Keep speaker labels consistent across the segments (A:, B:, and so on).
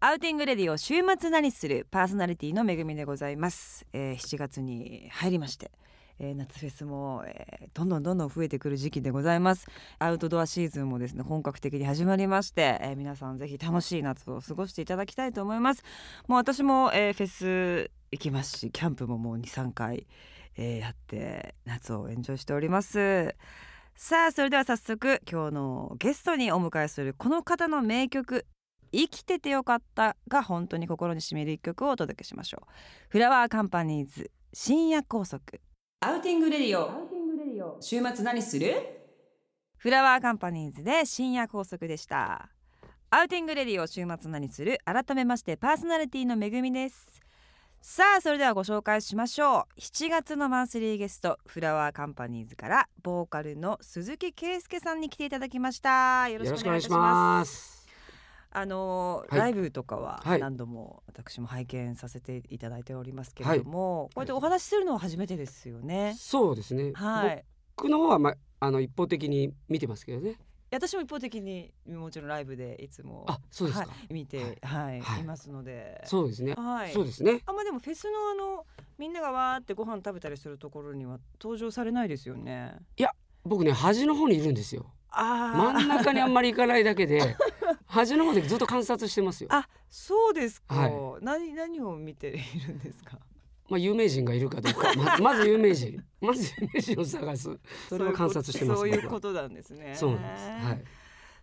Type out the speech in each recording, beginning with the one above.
A: アウティングレディオ週末何するパーソナリティのめぐみでございます、えー7月に入りまして、えー夏フェスも、えーどんどんどんどん増えてくる時期でございますアウトドアシーズンもですね本格的に始まりまして、えー皆さんぜひ楽しい夏を過ごしていただきたいと思いますもう私も、えーフェス行きますしキャンプももう23回、えーやって夏をエンジョイしておりますさあそれでは早速今日のゲストにお迎えするこの方の名曲生きててよかったが本当に心に染みる一曲をお届けしましょうフラワーカンパニーズ深夜拘束アウティングレディオ週末何するフラワーカンパニーズで深夜拘束でしたアウティングレディオ週末何する改めましてパーソナリティのめぐみですさあそれではご紹介しましょう7月のマンスリーゲストフラワーカンパニーズからボーカルの鈴木圭介さんに来ていただきましたよろ
B: よろ
A: し
B: し
A: く
B: く
A: お願い
B: お願い
A: し
B: し
A: ま
B: ますす。
A: あのー
B: はい
A: ライブとかは
B: はい
A: 何度も私も拝見させていただいておりますけれども、こうやってお話しするのは初めてですよね。
B: そうですね。
A: はい、
B: 僕の方はまあの一方的に見てますけどね。
A: 私も一方的にもちろんライブでいつも
B: あ、そうですか。
A: はい、見て、はい
B: はい
A: い、ますので
B: そうですね。
A: はい
B: そうですね。
A: あんまでもフェスのあのみんながわーってご飯食べたりするところには登場されないですよね。
B: 僕ね端の方にいるんですよ。
A: あ
B: 真ん
A: あ
B: 中にあんまり行かないだけ で、端の方でずっと観察してますよ。
A: あそうですか、
B: は
A: 何何を見ているんですか
B: まあ有名人がいるかどうか、 ままず有名人、まず有名人を探す。それを観察してます。
A: そういう
B: 僕
A: こ
B: は
A: となんですね。
B: そうなんです。はい。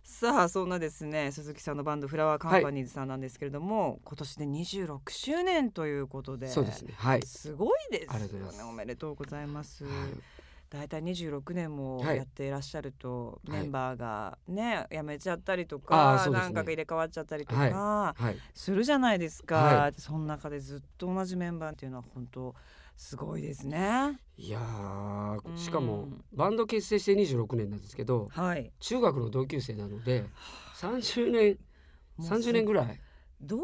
A: さあそんなですね鈴木さんのバンドフラワーカンパニーズさんなんですけれども、今年で26周年ということで
B: そうですね。はい。
A: すごいで
B: ありが
A: す
B: とう
A: よ
B: ござい
A: ね
B: ます
A: おめでとうございます、
B: はい
A: だいたい26年も
B: はい
A: やっていらっしゃると、
B: はい
A: メンバーがね辞めちゃったりと
B: あー
A: か、
B: そうですね
A: なんか入れ替わっちゃったりとか、
B: はい。
A: するじゃないですか、
B: は
A: その中でずっと同じメンバーっていうのは本当すごいですね
B: いやーしか
A: う
B: も
A: ん
B: バンド結成して26年なんですけど、
A: はい
B: 中学の同級生なので30年
A: もう
B: 30年ぐらい
A: どうい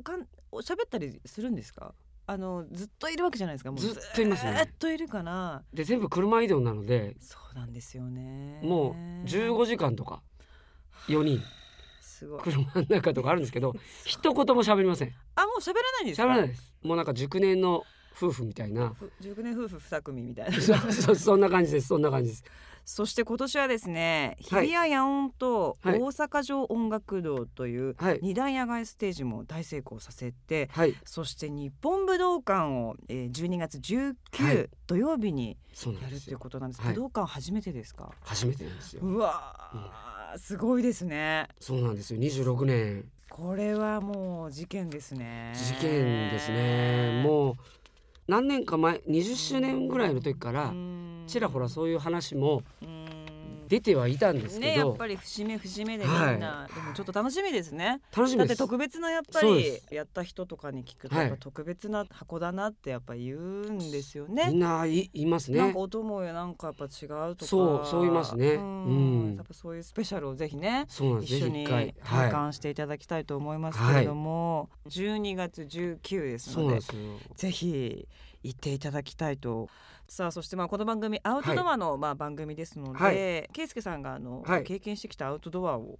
A: うかんお喋ったりするんですかあのずっといるわけじゃないですかもう
B: ずっといますね
A: ずっといるから
B: で全部車移動なので
A: そうなんですよね
B: もう15時間とか4人
A: すごい
B: 車の中とかあるんですけ ど一言も喋りません
A: あもう喋らないんですか
B: 喋らないですもうなんか熟年の夫婦みた いな
A: ふ熟年夫婦二組みたいな
B: そそ そんな感じですそんな感じです
A: そして今年はですね日
B: はい
A: 比谷野音と大
B: はい
A: 阪城音楽堂という
B: はい
A: 二大野外ステージも大成功させて
B: はい
A: そして日本武道館をえー12月
B: はい
A: 19土曜日に
B: そうなん
A: やる
B: で
A: ってい
B: す
A: う
B: よ
A: ことなんです
B: はい
A: 武道館初めてですか
B: 初めてなんですよ
A: うわー、すごいですね。
B: そうなんですよ26年
A: これはもう事件ですね。
B: 事件ですねもう何年か前20周年ぐらいの時から
A: うん
B: ちらほらそういう話も
A: うん
B: 出てはいたんです
A: ね
B: け
A: や
B: ど、
A: っぱり節目節目でみんな、
B: はい
A: でもちょっと楽しみですね。
B: 楽し
A: だっ
B: みで
A: て
B: す
A: 特別なやっぱ
B: そう
A: り
B: で
A: やった人とかに聞くと
B: はい
A: やっぱ特別な箱だなってやっぱ言うんですよね。
B: みんないいます
A: なん
B: ね
A: か音もなんかやっぱ違うとか
B: そうそう言いますね
A: うん
B: うん
A: やっぱそういうスペシャルをぜひね
B: そうなんです
A: 一緒
B: ぜひ
A: に
B: 一回
A: 体
B: は
A: 感していただきたいと思いますけれども、12月19で
B: い
A: す
B: そうな
A: ので
B: んですよ
A: ぜひ行っていただきたいとさあそしてまあこの番組アウトドアの、まあ番組ですので、
B: はい
A: 圭介さんがあの、
B: はい
A: 経験してきたアウトドアを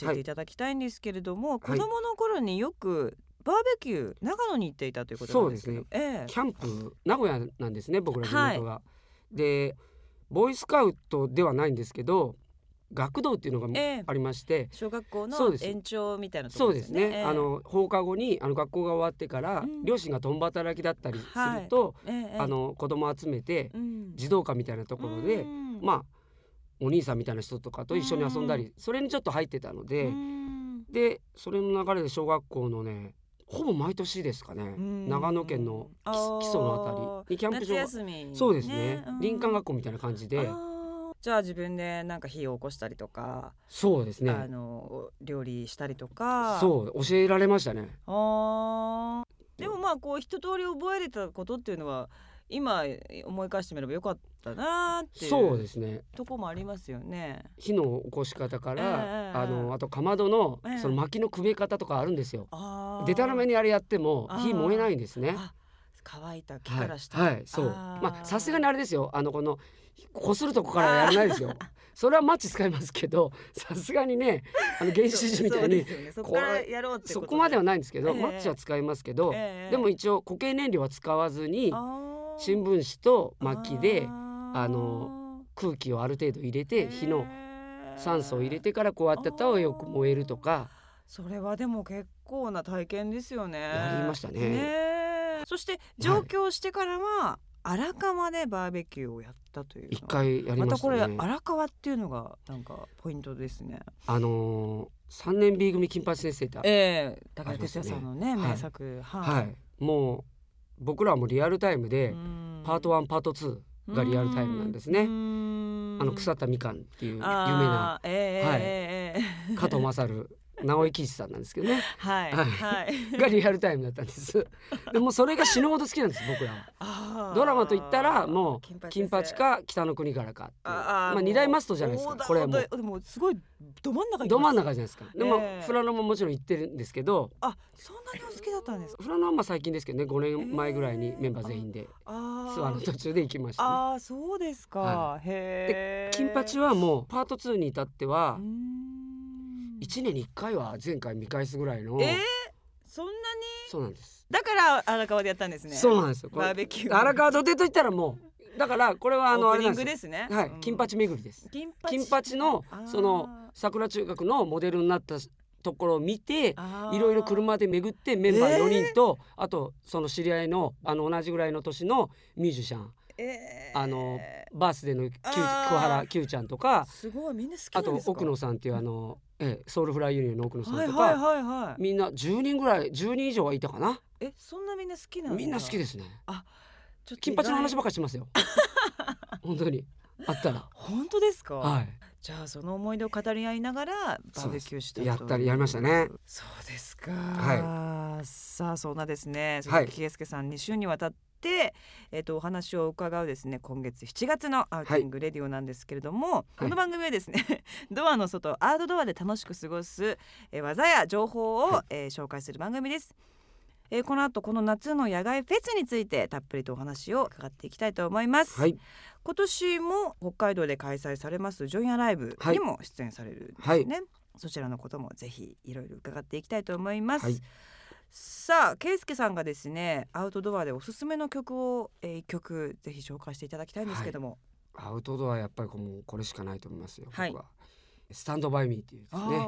A: 教えていただきたいんですけれども、
B: い
A: 子供の頃によくバーベキュー長野に行っていたということなんですけど
B: そう
A: え
B: キャンプ名古屋なんですね僕ら地
A: はい
B: 元が、でボーイスカウトではないんですけど学童っていうのが
A: ええ
B: ありまして、
A: え小学校
B: そう
A: の
B: です
A: 延長みたいなとこ
B: そ
A: ろ
B: うですね、
A: ええ
B: あの放課後にあの学校が終わってから、
A: うん
B: 両親が共働きだったりすると、
A: ええええ
B: あの子供集めて
A: うん
B: 児童館みたいなところで、
A: うん
B: まあお兄さんみたいな人とかと一緒に遊んだり、それにちょっと入ってたので、
A: うん
B: でそれの流れで小学校のねほぼ毎年ですかね
A: うん
B: 長野県の
A: あー
B: 木木曽のあたりにキャンプ
A: 夏
B: 場が
A: 休み
B: そうですね
A: うん
B: 林間学校みたいな感じで
A: あーじゃあ自分でなんか火を起こしたりとか、
B: そうです
A: あ
B: ね
A: の料理したりとか
B: そう教えられましたね
A: あーでもまあこう一通り覚えれたことっていうのは今思い返してみればよかったなーっていう
B: そうですね
A: とこもありますよね。
B: 火の起こし方か
A: ええ
B: ら、あのあとかまどの、
A: ええ
B: その薪のくべ方とかあるんですよ
A: あー
B: でたらめにあれやっても
A: あー
B: 火燃えないんですね
A: あ乾いた木
B: は
A: か
B: い
A: らした、
B: はいそうまあさすがにあれですよあのこのこするとこからはやらないですよそれはマッチ使いますけどさすがにねあの原始人みたいに
A: そうで すよねそこからやろうって
B: そ
A: こと
B: こまではないんですけど、
A: ええ
B: マッチは使いますけど、
A: ええ
B: でも一応固形燃料は使わずに
A: あー
B: 新聞紙と薪で
A: あ
B: あの空気をある程度入れて火の酸素を入れ
A: て
B: てからこうやってやったらよく燃えるとか
A: それはでも結構な体験ですよね
B: やりましたね
A: えそして上京してからは荒川でバーベキューをやったというのは
B: 一回やり
A: ま
B: ま
A: た
B: した
A: これ
B: ね。
A: 荒川っていうのがなんかポイントですね
B: あのー、3年 B 組金八先生って、
A: ええ高
B: あ
A: 井
B: ります
A: 哲
B: ね
A: 也さんのね
B: はい
A: 名作は
B: はいい、もう僕らはもうリアルタイムで、パート1パート2がリアルタイムなんですね。あの腐
A: っ
B: ったみかんっていう有名な
A: あーええ
B: はい
A: ええええ
B: 加藤勝直井貴一さんなんですけ どね
A: はい
B: はい
A: はい
B: がリアルタイムだったんですでもうそれが死ぬほど好きなんです僕らはド
A: ド
B: ラマと言ったらもう「金八」
A: あー
B: か「北の国から」かっていう
A: あー
B: まあ、二大マストじゃないです
A: も
B: か
A: う大
B: これも
A: 大大でもすごいど真ん中行きます
B: ど真ん中じゃないですかでも、
A: ええ
B: フラノももちろん行ってるんですけど
A: あそんなにお好きだったんですか
B: フラノはまあ最近ですけどね5年前ぐらいにメンバー全員で
A: あ
B: ツアーの
A: ー
B: 途中で行きましたね。
A: あーそうですか、
B: は
A: へえ
B: 金八はもうパート2に至っては
A: うーん
B: 1年に1回は前回見返すぐらいの、
A: えー、そんなに
B: そうなんです、
A: だから荒川でやったんですね
B: そうなんですよこれ
A: バーベキュー
B: 荒川土手といったらもうだからこれはあの
A: オ
B: あ
A: ープ
B: れ
A: ニ
B: なん
A: ン
B: です
A: グ
B: よ
A: ですね
B: はい、
A: うん
B: 金八巡りです。
A: 金八
B: 金八の
A: あー
B: その桜中学のモデルになったところを見て。
A: あー
B: いろいろ車で巡ってメンバー4人と、あとその知り合いのあの同じぐらいの年のミュージシャン
A: えー
B: あのバースデーの Q
A: あー
B: 桑原 Q ちゃんとか
A: すごいみんな好きな
B: あ
A: んで
B: と
A: すか
B: 奥野さんっていうあの、ええソウルフライユニオンの奥野さん
A: はい
B: とか、
A: はいはいはい
B: みんな10人ぐらい10人以上はいたかな
A: えそんなみんな好きなんだ
B: みんな好きですね
A: ちょっと
B: 金
A: 意外
B: 八の話ばっかりしてますよ本当にあったら
A: 本当ですか、
B: はい
A: じゃあその思い出を語り合いながらバーベキューしたと
B: やったりやりましたね
A: そうですか、
B: は
A: さあそんなですね
B: はい
A: 鈴木圭介さん2週にわたって、えっとお話を伺うですね今月7月のアウティングレディオなんですけれども、この番組はですね、 ドアの外アートドアで楽しく過ごす、えー技や情報を、
B: は
A: えー紹介する番組です、えーこの後この夏の野外フェスについてたっぷりとお話を伺っていきたいと思います、
B: はい
A: 今年も北海道で開催されますジョイアライブにも出演されるんですね、
B: はい
A: そちらのこともぜひいろいろ伺っていきたいと思います、
B: はい
A: さあ圭介さんがですねアウトドアでおすすめの曲をえー一曲ぜひ紹介していただきたいんですけども、
B: アウトドアはやっぱりこうもうこれしかないと思いますよ、
A: はい
B: 僕は。スタンドバイミーっていうですね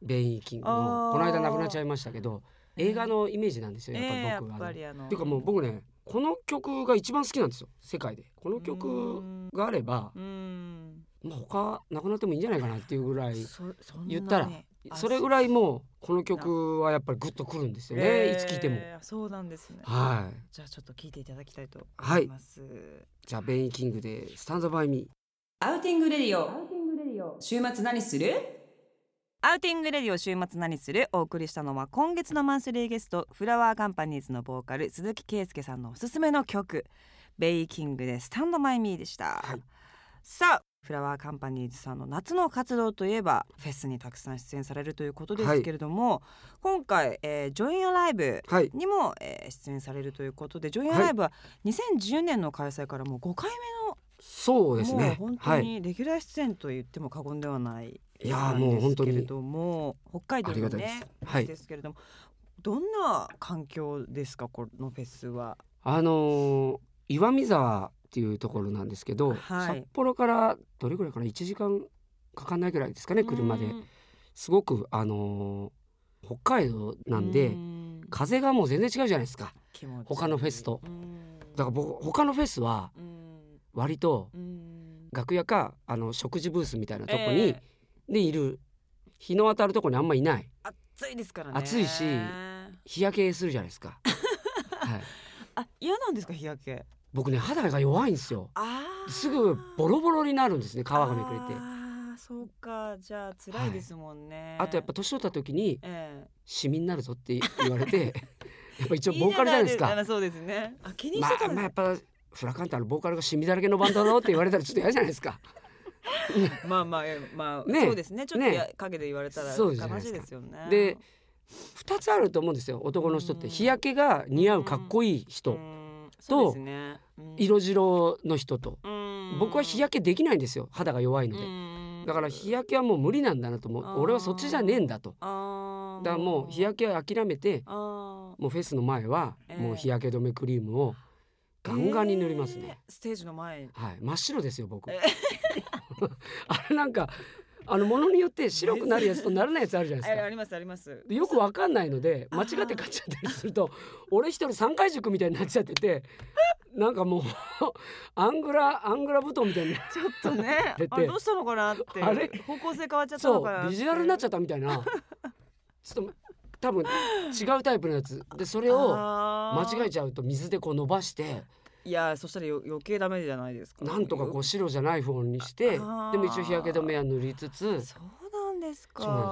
B: ベイン・キング
A: あ
B: の
A: ー
B: この間亡くなっちゃいましたけど映画のイメージなんです
A: あー
B: よ
A: え
B: やっぱ
A: ー
B: り
A: やっぱりあ
B: 僕はね、
A: の
B: ていうかもう僕ねこの曲が一番好きなんですよ世界でこの曲
A: う
B: があれば
A: ーん
B: まあ他なくなってもいいんじゃないかなっていうぐらい
A: そそんなに
B: 言ったら
A: あ
B: それぐらいもうこの曲はやっぱりグッとくるんですよね、
A: えー
B: いつ聴いても。
A: そうなんですね
B: はい
A: じゃあちょっと聞いていただきたいと思
B: はいい
A: ます、
B: じゃあベイン・キングで「スタンドバイミー
A: アウティングレディオ週末何するアウティングレディオ週末何するお送りしたのは今月のマンスリーゲストフラワーカンパニーズのボーカル鈴木圭介さんのおすすめの曲ベイキングでスタンドマイミーでした、
B: はい
A: さあフラワーカンパニーズさんの夏の活動といえばフェスにたくさん出演されるということですけれども、今回、えージョインアライブ」
B: はい
A: にも、えー出演されるということでジョインアライブは2010年の開催からもう5回目の
B: そうですね
A: もう本当
B: はい
A: にレギュラー出演と言っても過言ではない
B: いやーもう本当に
A: なんですけれども北海道
B: ありが
A: の
B: たいで
A: ね
B: すはい
A: ですけれどもどんな環境ですかこのフェスは
B: あのー岩見沢っていうところなんですけ
A: は
B: ど、
A: い
B: 札幌からどれぐらいかな1時間かかんないぐらいですかね車で
A: うん
B: すごくあのー北海道なんで、
A: うん
B: 風がもう全然違うじゃないですか
A: 気持ちいい
B: 他のフェスと
A: うん
B: だから僕他のフェスは
A: うん
B: 割と
A: うん
B: 楽屋かあの食事ブースみたいなとこ
A: え
B: に、
A: え
B: でいる日の当たるとこにあんまいない
A: 暑いですからね
B: 暑いし日焼けするじゃないで すか、はい、
A: あ嫌なんですか日焼け
B: 僕ね肌が弱いんですよ
A: あー
B: すぐボロボロになるんですね皮がめくれて
A: あーそうかじゃあ辛いですもんね、
B: あとやっぱ年取った時に
A: ええ
B: シミになるぞって言わ れてやっぱ一応ボーカルじゃないですか
A: あそうですね。あ気にし
B: ま
A: てた
B: あ
A: ん
B: まあ
A: で
B: やっぱフラカンタのボーカルがシミだらけのバンドだろって言われたらちょっと嫌じゃないですか
A: す。まあまあまあ
B: ね
A: そうですね。ちょっと
B: ね
A: や陰で言われたら
B: そうじゃな
A: 悲
B: い
A: し
B: で
A: い
B: すか
A: ですよね。
B: で2つあると思うんですよ男の人って
A: うん
B: 日焼けが似合うかっこいい人
A: うんそうですね。
B: 色白の人と
A: うん
B: 僕は日焼けできないんですよ肌が弱いのでだから日焼けはもう無理なんだなと思
A: あー
B: う俺はそっちじゃねえんだと
A: あー
B: だからもう日焼けは諦めて
A: あ
B: もうフェスの前は
A: ええ
B: もう日焼け止めクリームを
A: ー
B: ガンガンに塗りますね、
A: えーステージの前に
B: はい真っ白ですよ僕
A: え
B: あれなんかあのものによって白くなるやつとならないやつあるじゃない
A: あ
B: です
A: あ
B: か
A: りますあります
B: でよくわかんないので
A: あー
B: 間違って買っちゃったりすると俺一人三回塾みたいになっちゃっててなんかもう アングラアングラ布団みたいになっ
A: ちょっとね
B: 出て
A: あれどうしたのかなって
B: あれ
A: 方向性変わっちゃった
B: そ
A: のかなって
B: うビジュアルになっちゃったみたいなちょっと多分違うタイプのやつでそれを間
A: あー
B: 違えちゃうと水でこう伸ばして
A: いやそしたらよ余計ダメじゃないですか
B: なんとかこう白じゃない方にしてで
A: あー
B: も一応日焼け止めは塗りつつ
A: そうなんですか
B: そうな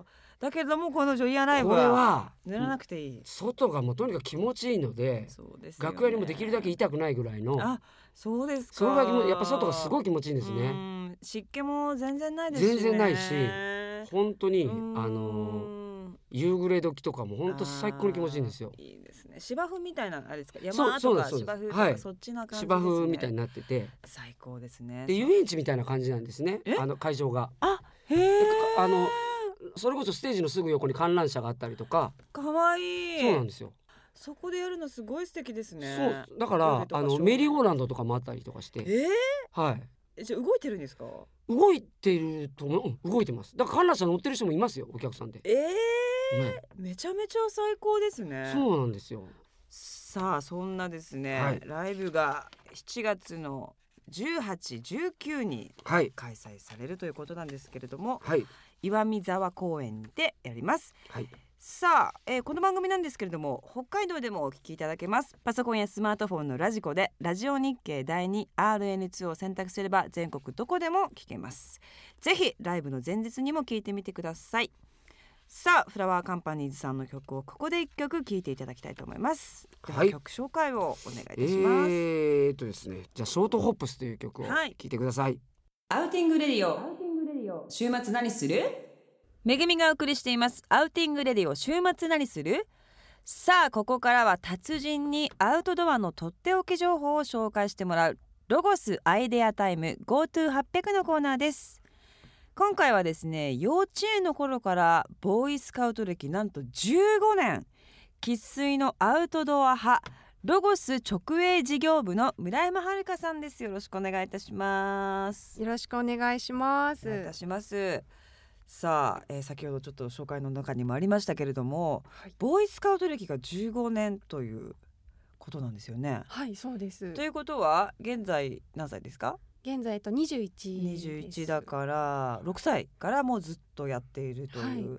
B: ん
A: だけどもこのジョイアンライブ
B: これは
A: 塗らなくていい、
B: 外がもうとにかく気持ちいいので
A: そうですよね
B: 楽屋にもできるだけ痛くないぐらいの
A: あそうですか
B: それがもうやっぱ外がすごい気持ちいいんです
A: う
B: ね。
A: ーん湿気も全然ないですし、ね、
B: 全然ないし
A: う
B: 本当に
A: ー
B: あ
A: ん
B: の夕暮れ時とかも本当最高に気持ちいいんですよ
A: あ。ーいいですね芝生みたいなあれですか
B: そう
A: 山と
B: そうで
A: か
B: すそうです
A: 芝生とか、
B: はい
A: そっちな感じです、ね、
B: 芝生みたいになってて
A: 最高ですね
B: で遊園地みたいな感じなんですね
A: え
B: あの会場が。
A: へえ
B: でかあのそれこそステージのすぐ横に観覧車があったりとか
A: かわいい
B: そうなんですよ。
A: そこでやるのすごい素敵ですね
B: そうだか
A: 夜
B: ら
A: とか
B: あ
A: 正
B: の
A: 午
B: メリーゴーランドとかもあったりとかし
A: えー
B: て、はい、
A: えじゃあ動いてるんですか
B: 動いてると思ううん動いてますだから観覧車乗ってる人もいますよお客さんで、
A: ええ
B: ね、
A: めちゃめちゃ最高ですね
B: そうなんですよ
A: さあそんなですね、
B: はい
A: ライブが7月の18、19に
B: はい
A: 開催されるということなんですけれども
B: はい
A: 岩見沢公園でやります
B: はい
A: さあ、えーこの番組なんですけれども北海道でもお聞きいただけますパソコンやスマートフォンのラジコでラジオ日経第 2RN2 を選択すれば全国どこでも聞けますぜひライブの前日にも聞いてみてくださいさあフラワーカンパニーズさんの曲をここで一曲聴いていただきたいと思いますでは
B: はい
A: 曲紹介をお願いいたし
B: え
A: ます、
B: ーっとですねじゃあ「ショートホップス」という曲を聴
A: はい
B: いてください、
A: アウティングレディオ週末何するめぐみがお送りしていますアウティングレディオ週末何するさあここからは達人にアウトドアのとっておき情報を紹介してもらうロゴスアイデアタイム GoTo800 のコーナーです今回はですね幼稚園の頃からボーイスカウト歴なんと15年生粋のアウトドア派ロゴス直営事業部の村山遥さんですよろしくお願いいたします
C: よろしくお願いしま
A: お願いいた
C: す。
A: します。さあ、えー先ほどちょっと紹介の中にもありましたけれども、
C: はい
A: ボーイスカウト歴が15年ということなんですよね。
C: はい、そうです
A: と。いうことは現在何歳ですか
C: 現在えっと二十一。
A: ?21 だから6歳からもうずっとやっているという、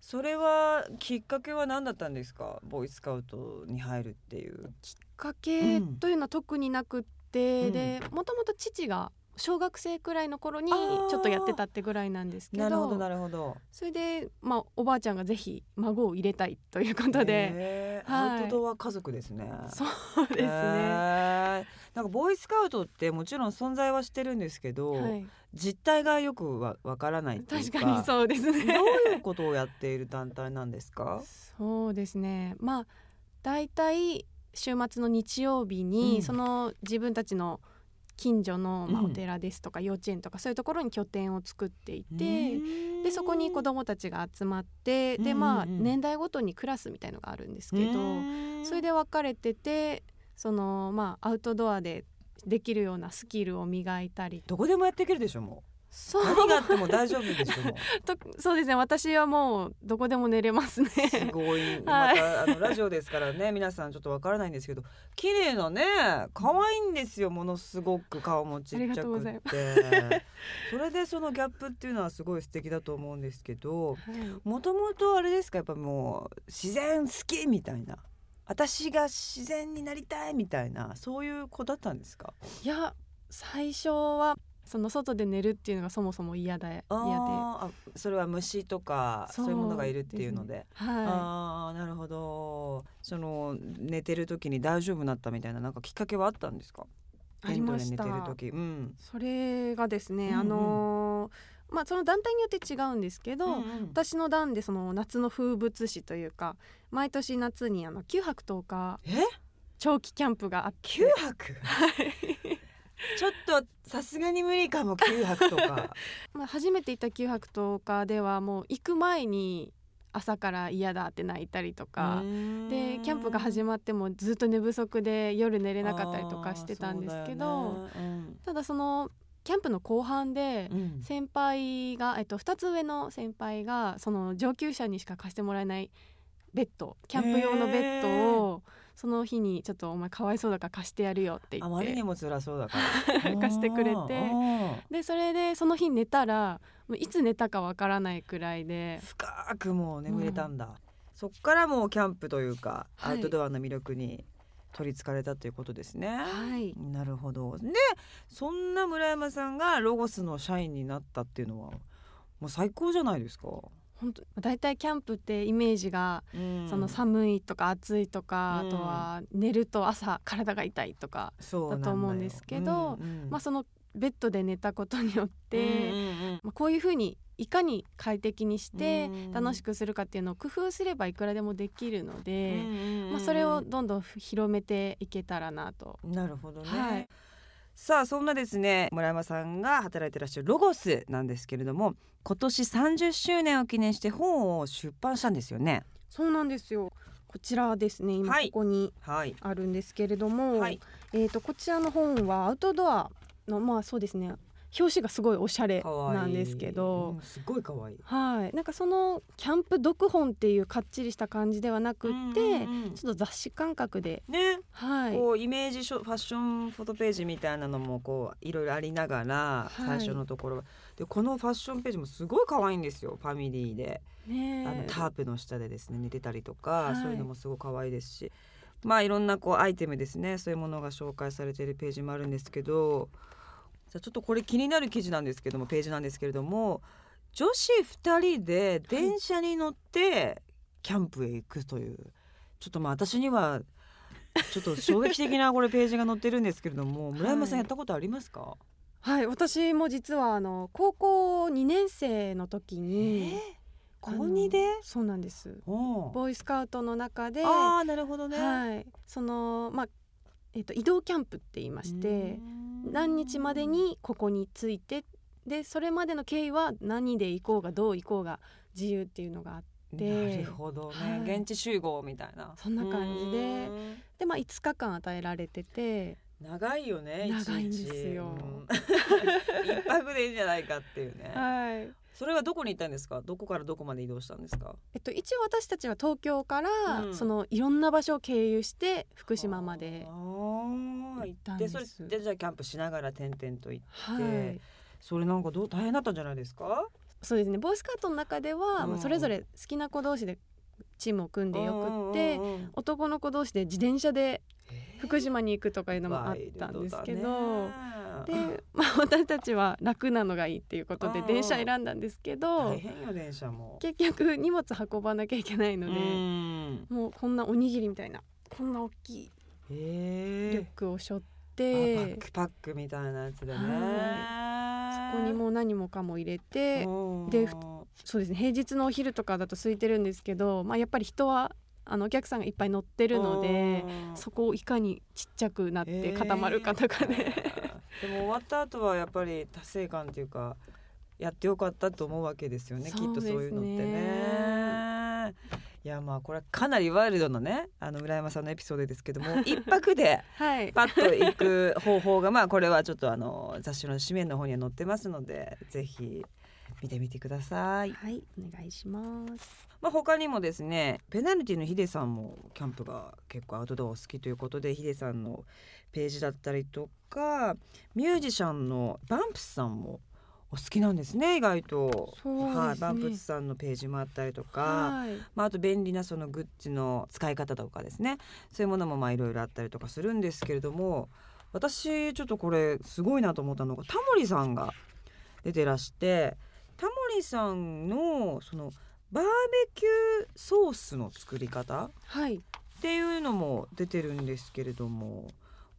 A: それはきっかけは何だったんですかボーイスカウトに入るっていう。
C: きっかけ
A: うん
C: というのは特になくって、
A: うん
C: で、もともと父が小学生くらいの頃に
A: あー
C: ちょっとやってたってぐらいなんですけど。
A: なるほどなるほど。
C: それで、まあ、おばあちゃんがぜひ孫を入れたいということで。
A: へー
C: はい
A: アウトドア家族ですね。
C: そうですね。
A: へーなんかボーイスカウトってもちろん存在はしてるんですけど、
C: はい、
A: 実態がよくわわからないっていう
C: 確
A: か
C: かにそう ですね。
A: どういうことをやっている団体なんですか
C: そうですねまあだいたい週末の日曜日に、
A: うん
C: その自分たちの近所の、まあ、
A: うん
C: お寺ですとか幼稚園とかそういうところに拠点を作っていて、
A: で
C: でそこに子どもたちが集まって、
A: うんうんう
C: で
A: ん
C: まあ年代ごとにクラスみたいのがあるんですけど、それ
A: で
C: で分かれててそのまあアウトドアでできるようなスキルを磨いたりと
A: どこでもやっていけるでしょも
C: そうう
A: 何があっても大丈夫でしょもう
C: とそうですね私はもうどこでも寝れますね。
A: す ごいまたあのラジオですからね皆さんちょっとわからないんですけど綺麗なね可愛いんですよものすごく顔もち
C: あり
A: っ
C: が
A: ちゃ
C: とう
A: く
C: ご
A: っ
C: ざい
A: て それでそのギャップっていうのはすごい素敵だと思うんですけど
C: はい
A: もともとあれですかやっぱもう自然好きみたいな私が自然になりたいみたいなそういう子だったんですか
C: いや最初はその外で寝るっていうのがそもそも嫌だ嫌で、は
A: あーあそれは虫とかそ
C: そう
A: ういうものがいるっていうので
C: い、
A: ああなるほどその寝てる時に大丈夫になったみたいななんかきっかけはあったんですか
C: ありまし
A: テント
C: た
A: で寝てる時うん
C: それがですね、
A: うんうん
C: あのーまあその団体によって違うんですけど、
A: 私
C: 私の団でその夏の風物詩というか毎年夏にあの9泊10日
A: え
C: 長期キャンプがあって
A: 九泊ちょっとさすがに無理かも9泊と か
C: まあ、初めて行った九泊とかではもう行く前に朝から嫌だって泣いたりとかでキャンプが始まってもずっと寝不足で夜寝れなかったりとかしてたんですけど、
A: あーそうだよね
C: ただそのキャンプの後半で
A: うんうん
C: 先輩が、えっと、2つ上の先輩がその上級者にしか貸してもらえないベッドキャンプ用のベッドをその日にちょっとお前かわいそうだから貸してやるよって言
A: あ
C: っ
A: まりに
C: て
A: も辛そうだから
C: 貸してくれて
A: あー
C: でそれでその日寝たらもういつ寝たかわからないくらいで
A: 深くもう眠れたんだ、そっからもうキャンプというか、
C: はい
A: アウトドアの魅力に取りつかれたということですね、
C: はい
A: なるほどでそんな村山さんがロゴスの社員になったっていうのはもう最高じゃないですか、
C: 本当だいたいキャンプってイメージがその寒いとか暑いとか、
A: うん
C: あとは寝ると朝体が痛いとか、
A: そうなん
C: だと思うんですけどまあ、そのベッドで寝たことによって、まあ、こういうふうにいかに快適にして
A: うん
C: 楽しくするかっていうのを工夫すればいくらでもできるので、まあ、それをどんどん広めていけたらなと。
A: なるほどね、
C: はい
A: さあそんなですね村山さんが働いてらっしゃるロゴスなんですけれども今年30周年を記念して本を出版したんですよね
C: そうなんですよこちらですね今
A: は
C: こ
A: い
C: こに
A: はい
C: あるんですけれども、
A: はい
C: えー、とこちらの本はアウトドアのまあそうですね表紙がすごいおしゃれなんですけど。
A: うんすごい可愛い
C: はい、なんかそのキャンプ読本っていうかっちりした感じではなくって、
A: うんうんうん
C: ちょっと雑誌感覚で、
A: ね、
C: はい、
A: こうイメージショファッションフォトページみたいなのもこういろいろありながら
C: はい
A: 最初のところ、でこのファッションページもすごい可愛いんですよファミリーで
C: ね
A: あのタープの下でですね寝てたりとか、
C: はい
A: そういうのもすごく可愛いですしまあいろんなこうアイテムですねそういうものが紹介されているページもあるんですけどじゃあちょっとこれ気になる記事なんですけどもページなんですけれども女子2人で電車に乗ってキャンプへ行くという、ちょっとまあ私にはちょっと衝撃的 なこれページが載ってるんですけれども村山さんやったことありますか、
C: はい私も実はあの高校2年生の時
A: え
C: に、
A: ー高2で
C: あのそうなんです
A: おう
C: ボーイスカウトの中で、
A: ああなるほどね。
C: はい、そのまあえっ、と移動キャンプって言いまして、
A: うん
C: 何日までにここに着いてでそれまでの経緯は何で行こうがどう行こうが自由っていうのがあっ
A: な
C: て
A: るほどね、
C: はい
A: 現地集合みたいな
C: そんな感じで
A: うん
C: で、まあ、5日間与えられてて
A: 長いよね
C: 長いんですよ
A: いち いちうん一泊でいいんじゃないかっていうね、
C: はい、
A: それはどこに行ったんですかどこからどこまで移動したんですか
C: えっと、一応私たちは東京から、
A: うん
C: そのいろんな場所を経由して福島まで
A: あ。ー行
C: 行った
A: っ
C: ん
A: て
C: で
A: それ
C: す
A: でじゃあキャンプしながら点々と行って
C: はい、
A: それなんかどう大変だったんじゃないですか
C: そうですねボーイスカートの中では、
A: うん
C: まあ、それぞれ好きな子同士でチームを組んでよくって、
A: うんうんうんうん
C: 男の子同士で自転車で
A: えー
C: 福島に行くとかいうのもあっ
A: ワイルド
C: た
A: だ
C: ん
A: ね
C: ですけど、で、まあ、私たちは楽なのがいいっていうことで
A: うん
C: 電車選んだんですけど
A: 大変よ電車も
C: 結局荷物運ばなきゃいけないので、
A: うん
C: もうこんなおにぎりみたいなこんな大きい
A: え
C: リ
A: ー
C: ュックを背負っ
A: あ
C: て、
A: バックパックみたいなやつでね。
C: そこにもう何もかも入れて
A: うん
C: でふそうですね平日のお昼とかだと空いてるんですけど、まあ、やっぱり人はあのお客さんがいっぱい乗ってるので
A: うん
C: そこをいかにちっちゃくなっ
A: え
C: て
A: ー
C: 固まるかとかね、
A: でも終わった後はやっぱり達成感っていうかやってよかったと思うわけですよねきっとそういうのって
C: そうです
A: ね
C: ね。
A: いやまあこれはかなりワイルドなねあの村山さんのエピソードですけど も一泊で
C: はい
A: パッと行く方法がまあこれはちょっとあの雑誌の紙面の方には載ってますのでぜひ見てみてください。
C: はいお願いします
A: まあ、他にもですねペナルティのヒデさんもキャンプが結構アウトドアお好きということでヒデさんのページだったりとかミュージシャンのバンプスさんもお好きなんですね意外と。
C: そうですね
A: はい、バンプスさんのページもあったりとか、
C: はい
A: まあ、あと便利なそのグッズの使い方とかですねそういうものもまあいろいろあったりとかするんですけれども私ちょっとこれすごいなと思ったのがタモリさんが出てらしてタモリさんのそのバーベキューソースの作り方っ
C: はい
A: ていうのも出てるんですけれども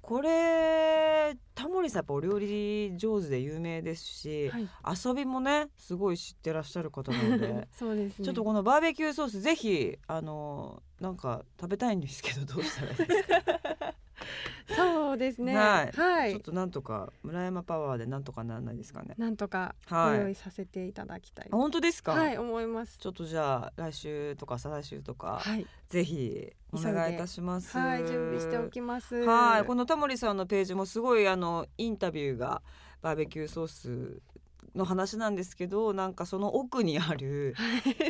A: これタモリさんやっぱお料理上手で有名ですし、
C: はい
A: 遊びもねすごい知ってらっしゃる方なので。
C: そうですね
A: ちょっとこのバーベキューソースぜひあのなんか食べたいんですけどどうしたらいいですか
C: そうです ね。
A: はい
C: は
A: ちょっ
C: い。
A: となんとか村山パワーでなんとかならないですかね。
C: なんとかご
A: はい
C: 用意させていただきたい。
A: あ本当ですか。
C: はい、思います。
A: ちょっとじゃあ来週とか再来週とか、
C: はい。
A: ぜひお願いいたします。
C: はい、準備しておきます。
A: はい、このタモリさんのページもすごいあのインタビューがバーベキューソースの話なんですけどなんかその奥にある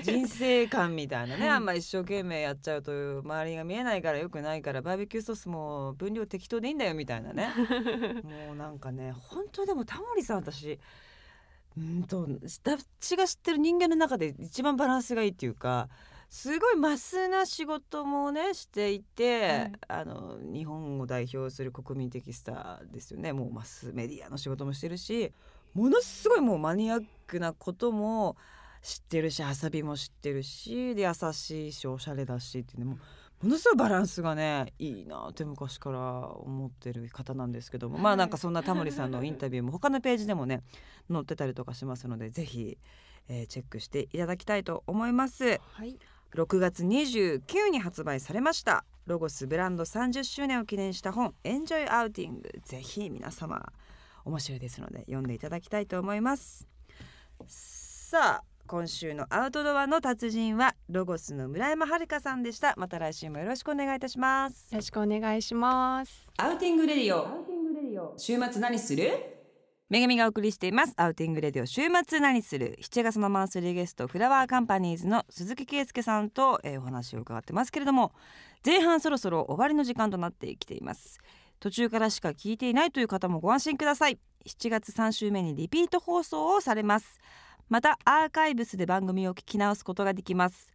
A: 人生観みたいなね、
C: はい
A: あんま一生懸命やっちゃうと周りが見えないからよくないからバーベキューソースも分量適当でいいんだよみたいな ねもうなんかね本当でもタモリさん私うんと私が知ってる人間の中で一番バランスがいいっていうかすごいマスな仕事もねしていて、
C: はい
A: あの日本を代表する国民的スターですよねもうマスメディアの仕事もしてるしものすごいもうマニアックなことも知ってるし遊びも知ってるしで優しいしおしゃれだしっていうねもうものすごいバランスがねいいなって昔から思ってる方なんですけども、まあなんかそんなタモリさんのインタビューも他のページでもね載ってたりとかしますのでぜひ、えーチェックしていただきたいと思います
C: はい。
A: 6月29日に発売されましたロゴスブランド30周年を記念した本「エンジョイアウティング」ぜひ皆様面白いですので読んでいただきたいと思いますさあ今週のアウトドアの達人はロゴスの村山遥さんでしたまた来週もよろしくお願いいたします
C: よろしくお願いします。
A: アウティングレディオ週末何するめぐみがお送りしていますアウティングレディオ週末何する7月のマンスリーゲストフラワーカンパニーズの鈴木圭介さんと、えーお話を伺ってますけれども前半そろそろ終わりの時間となってきています途中からしか聞いていないという方もご安心ください7月3週目にリピート放送をされますまたアーカイブスで番組を聞き直すことができます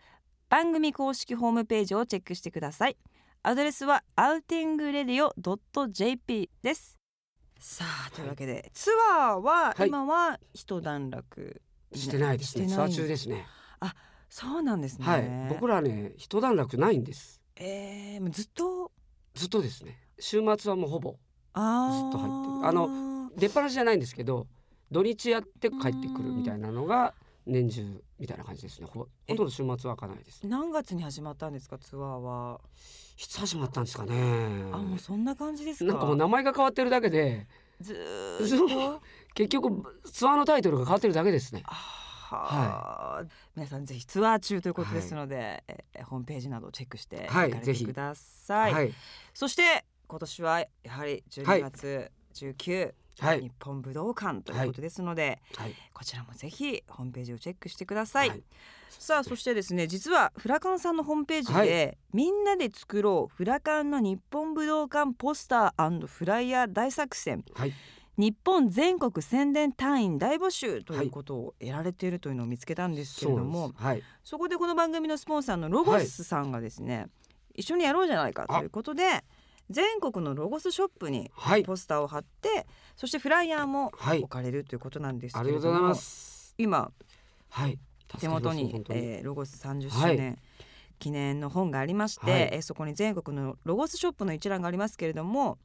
A: 番組公式ホームページをチェックしてくださいアドレスは outingradio.jp ですさあというわけで、ツアーは
B: はい
A: 今は一段落、
B: してないですね
A: して
B: ツ
A: な
B: ア
A: い
B: ー中ですね
A: そうなんですね、
B: はい僕らね一段落ないんです
A: えー、もうずっと
B: ずっとですね週末はもうほぼ
A: あー
B: ずっと入ってるあの出っ放しじゃないんですけど土日やって帰ってくるみたいなのが年中みたいな感じですねほぼほとんど週末は開かないですね
A: 何月に始まったんですかツアーは、
B: いつ始まったんですかね
A: あもうそんな感じですか
B: なんかもう名前が変わってるだけで
A: ず
B: そ
A: ーっと
B: う結局ツアーのタイトルが変わってるだけですね
A: はあ皆さんぜひツアー中ということですので、えーホームページなどをチェックして
B: はい
A: 行かれ
B: ぜ
A: て
B: ひ
A: ください、
B: はい
A: そして今年はやはり12月19、
B: はい
A: 日本武道館ということですので、
B: はい
A: こちらもぜひホームページをチェックしてください、
B: はい
A: さあそしてですね実はフラカンさんのホームページで、
B: は
A: みんなで作ろうフラカンの日本武道館ポスターフライヤー大作戦
B: はい
A: 日本全国宣伝隊員大募集ということをやられているというのを見つけたんですけれ
B: そう
A: ど
B: なん
A: も
B: ですはい
A: そこでこの番組のスポンサーのロゴスさんがですね、一緒にやろうじゃないかということで全国のロゴスショップに
B: はい
A: ポスターを貼ってそしてフライヤーも
B: はい
A: 置かれるということなんです
B: あ
A: け
B: り
A: れど
B: がとうござい
A: も、
B: ます
A: 今
B: はい
A: 手元
B: 助
A: に
B: かります本当に
A: えーロゴス30
B: は
A: 周
B: い
A: 年記念の本がありまして、
B: はい
A: えーそこに全国のロゴスショップの一覧がありますけれども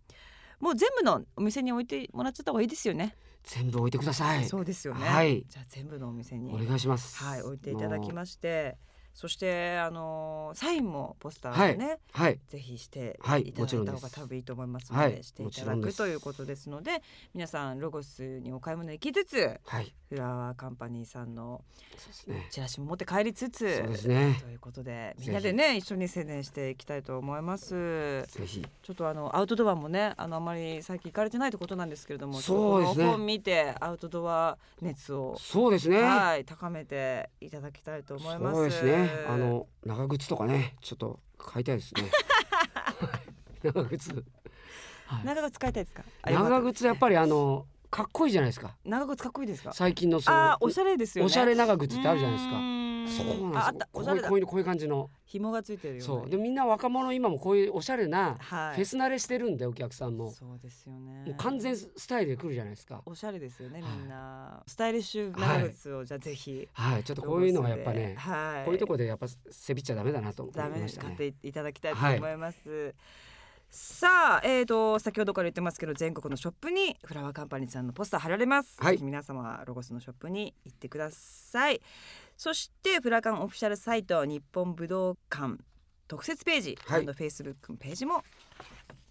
A: もう全部のお店に置いてもらっちゃった方がいいですよね、
B: 全部置いてください
A: そうですよね、
B: はい
A: じゃあ全部のお店
B: お
A: に
B: 願いします
A: はい置いていただき
B: も
A: ましてそしてあのーサインもポスターもね、
B: うはい
A: ぜひしていた
B: は
A: だ
B: い
A: いた
B: も
A: 方
B: ちろんで
A: が
B: す
A: 多分いいと思いますので、
B: はい
A: してい
B: もち
A: た
B: ろ
A: だ
B: んで
A: く
B: す
A: ということですので皆さんロゴスにお買い物行きつつ
B: はい
A: フラワーカンパニーさんの
B: そうですね
A: チラシも持って帰りつつ
B: そうですね
A: ということで
B: ひ
A: みんなでね一緒に宣伝していきたいと思います
B: ぜひ
A: ちょっとあのアウトドアもねあのあまり最近行かれてないということなんですけれども
B: そうですね
A: ちょっとこの本見てアウトドア熱を、
B: そうですね
A: はい高めていただきたいと思います
B: そうですね。あの長靴とかね、ちょっと買いた いですね。長靴。はい
A: 長靴使いたいですかあ
B: 長靴やっぱりあのかっこいいじゃないですか。
A: 長靴かっこいいですか
B: 最近のそ
A: あ
B: の
A: ーおしゃれですよね
B: おしゃれ長靴ってあるじゃないです
A: う
B: か。
A: ーん
B: そう
A: ああ
B: な
A: っ
B: んで
A: た
B: すよ。
A: お
B: こ
A: しゃ
B: うい
A: れ
B: う
A: だ
B: こういうこういう感じの。
A: 紐がついてるよね
B: そう。でみんな若者今もこういうおしゃれな
A: はい
B: フェス慣れしてるんでお客さんも
A: そうですよね
B: もう完全スタイルで来るじゃないですか。
A: おしゃれですよね
B: はい
A: みんなスタイリッシュ長靴をじゃあぜひ
B: はい。ちょっとこういうのがやっぱね、
A: はい
B: こういうとこでやっぱせびっちゃダメだなと思
A: ダ
B: い
A: メ
B: ました
A: 買っ
B: ね。
A: ていただきたいと思います、さあ、えー、と先ほどから言ってますけど全国のショップにフラワーカンパニーさんのポスター貼られます、
B: はい
A: ぜひ皆様ロゴスのショップに行ってくださいそしてフラカンオフィシャルサイト日本武道館特設ページ、
B: はい
A: フェイスブックのページも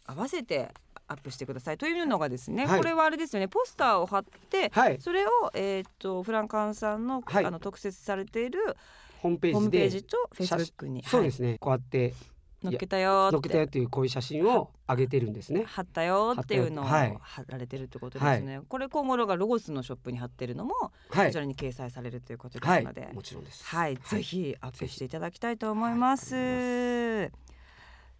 A: 合わせてアップしてくださいというのがですね、
B: はい
A: これはあれですよねポスターを貼って、
B: はい
A: それを、えー、とフランカンさんの,、
B: はい
A: あの特設されている
B: ホームペ
A: ホー
B: ージ
A: ムペー
B: で
A: ジとフェイスブックに、
B: そう
A: は
B: で
A: い、
B: すねこうやって
A: 載っけたよ
B: 載
A: ー
B: っ
A: っ
B: けたよ
A: て
B: っていうこういう写真を上げてるんですね
A: 貼ったよーっていうのを
B: 貼ったよはい
A: 貼られてるってことですね、これ今後がロゴスのショップに貼ってるのも、
B: は
A: こ
B: い
A: ちらに掲載されるということで
B: は
A: す
B: い
A: ので、
B: もちろんです
A: はい、ぜひアップしていただきたいと思います。
B: はい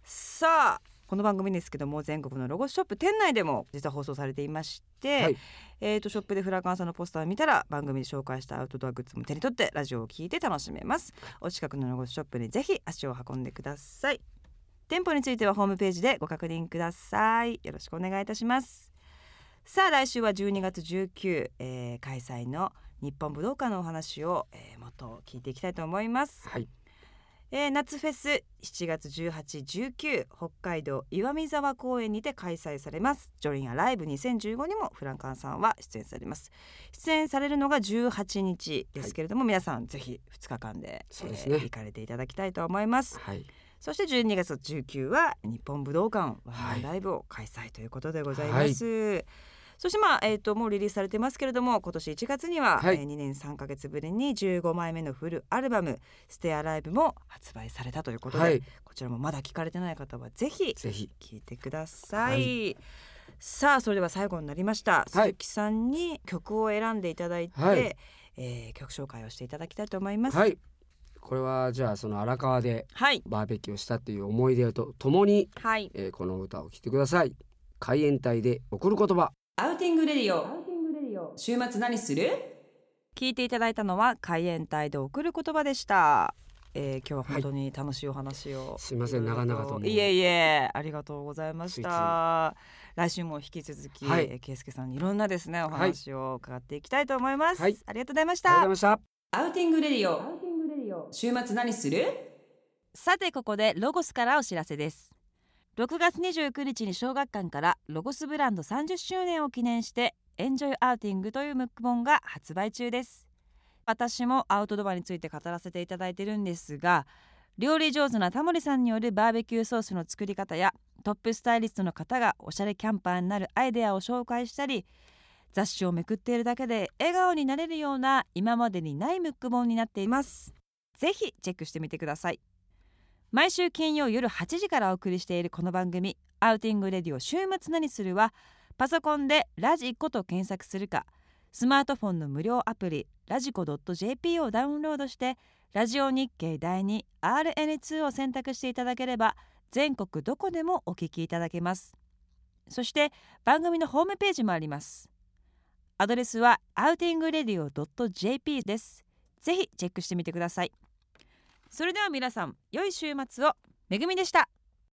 A: さあこの番組ですけども全国のロゴスショップ店内でも実は放送されていまして、
B: はい
A: えー、とショップでフラカンさんのポスターを見たら番組で紹介したアウトドアグッズも手に取ってラジオを聞いて楽しめますお近くのロゴスショップにぜひ足を運んでください店舗についてはホームページでご確認くださいよろしくお願いいたしますさあ来週は12月19、えー、開催の日本武道館のお話を、えー、もっと聞いていきたいと思います
B: はい
A: えー夏フェス7月1819北海道岩見沢公園にて開催されますジョリンアライブ2015にもフランカンさんは出演されます出演されるのが18日ですけれども、皆さんぜひ2日間で
B: そうですね
A: 行かれていただきたいと思います
B: はい
A: そして12月19は日本武道館ワンマンライブを開催ということでございます、そしてまあえっ、ともうリリースされてますけれども今年1月には、
B: はい
A: えー2年3ヶ月ぶりに15枚目のフルアルバム「ステアライブも発売されたということで、
B: はい
A: こちらもまだ聞かれてない方はぜひ
B: ぜひ
A: 聞いてください、
B: は
A: さあそれでは最後になりました、
B: はい
A: 鈴木さんに曲を選んでいただいて、
B: はい
A: えー曲紹介をしていただきたいと思います
B: はいこれはじゃあその荒川で
A: はい
B: バーベキューをしたっていう思い出とともに、
A: はい
B: えーこの歌を聴いてください海援隊で送る言葉
A: アウティングレディオ週末何する聞いていただいたのは海援隊で送る言葉でした、えー、今日は本当に楽しいお話を、
B: すいません
A: ろろと
B: 長々ともう
A: いえいえありがとうございまし
B: ついつい
A: た来週も引き続き、
B: はい
A: えー、圭介さんにいろんなですねお話を伺っていきたいと思います、
B: はい
A: ありがとうございまし
B: ありがとうご
A: た
B: ざいました
A: アウティングレディオ週末何するさてここでロゴスからお知らせです6月29日に小学館からロゴスブランド30周年を記念してエンジョイアウティングというムック本が発売中です私もアウトドアについて語らせていただいてるんですが料理上手なタモリさんによるバーベキューソースの作り方やトップスタイリストの方がおしゃれキャンパーになるアイデアを紹介したり雑誌をめくっているだけで笑顔になれるような今までにないムック本になっていますぜひチェックしてみてください毎週金曜夜8時からお送りしているこの番組アウティングレディオ週末何するはパソコンでラジコと検索するかスマートフォンの無料アプリラジコ .jp をダウンロードしてラジオ日経第 2RN2 を選択していただければ全国どこでもお聞きいただけますそして番組のホームページもありますアドレスは outingradio.jp です。ぜひチェックしてみてください。それでは皆さん、良い週末を。めぐみでした。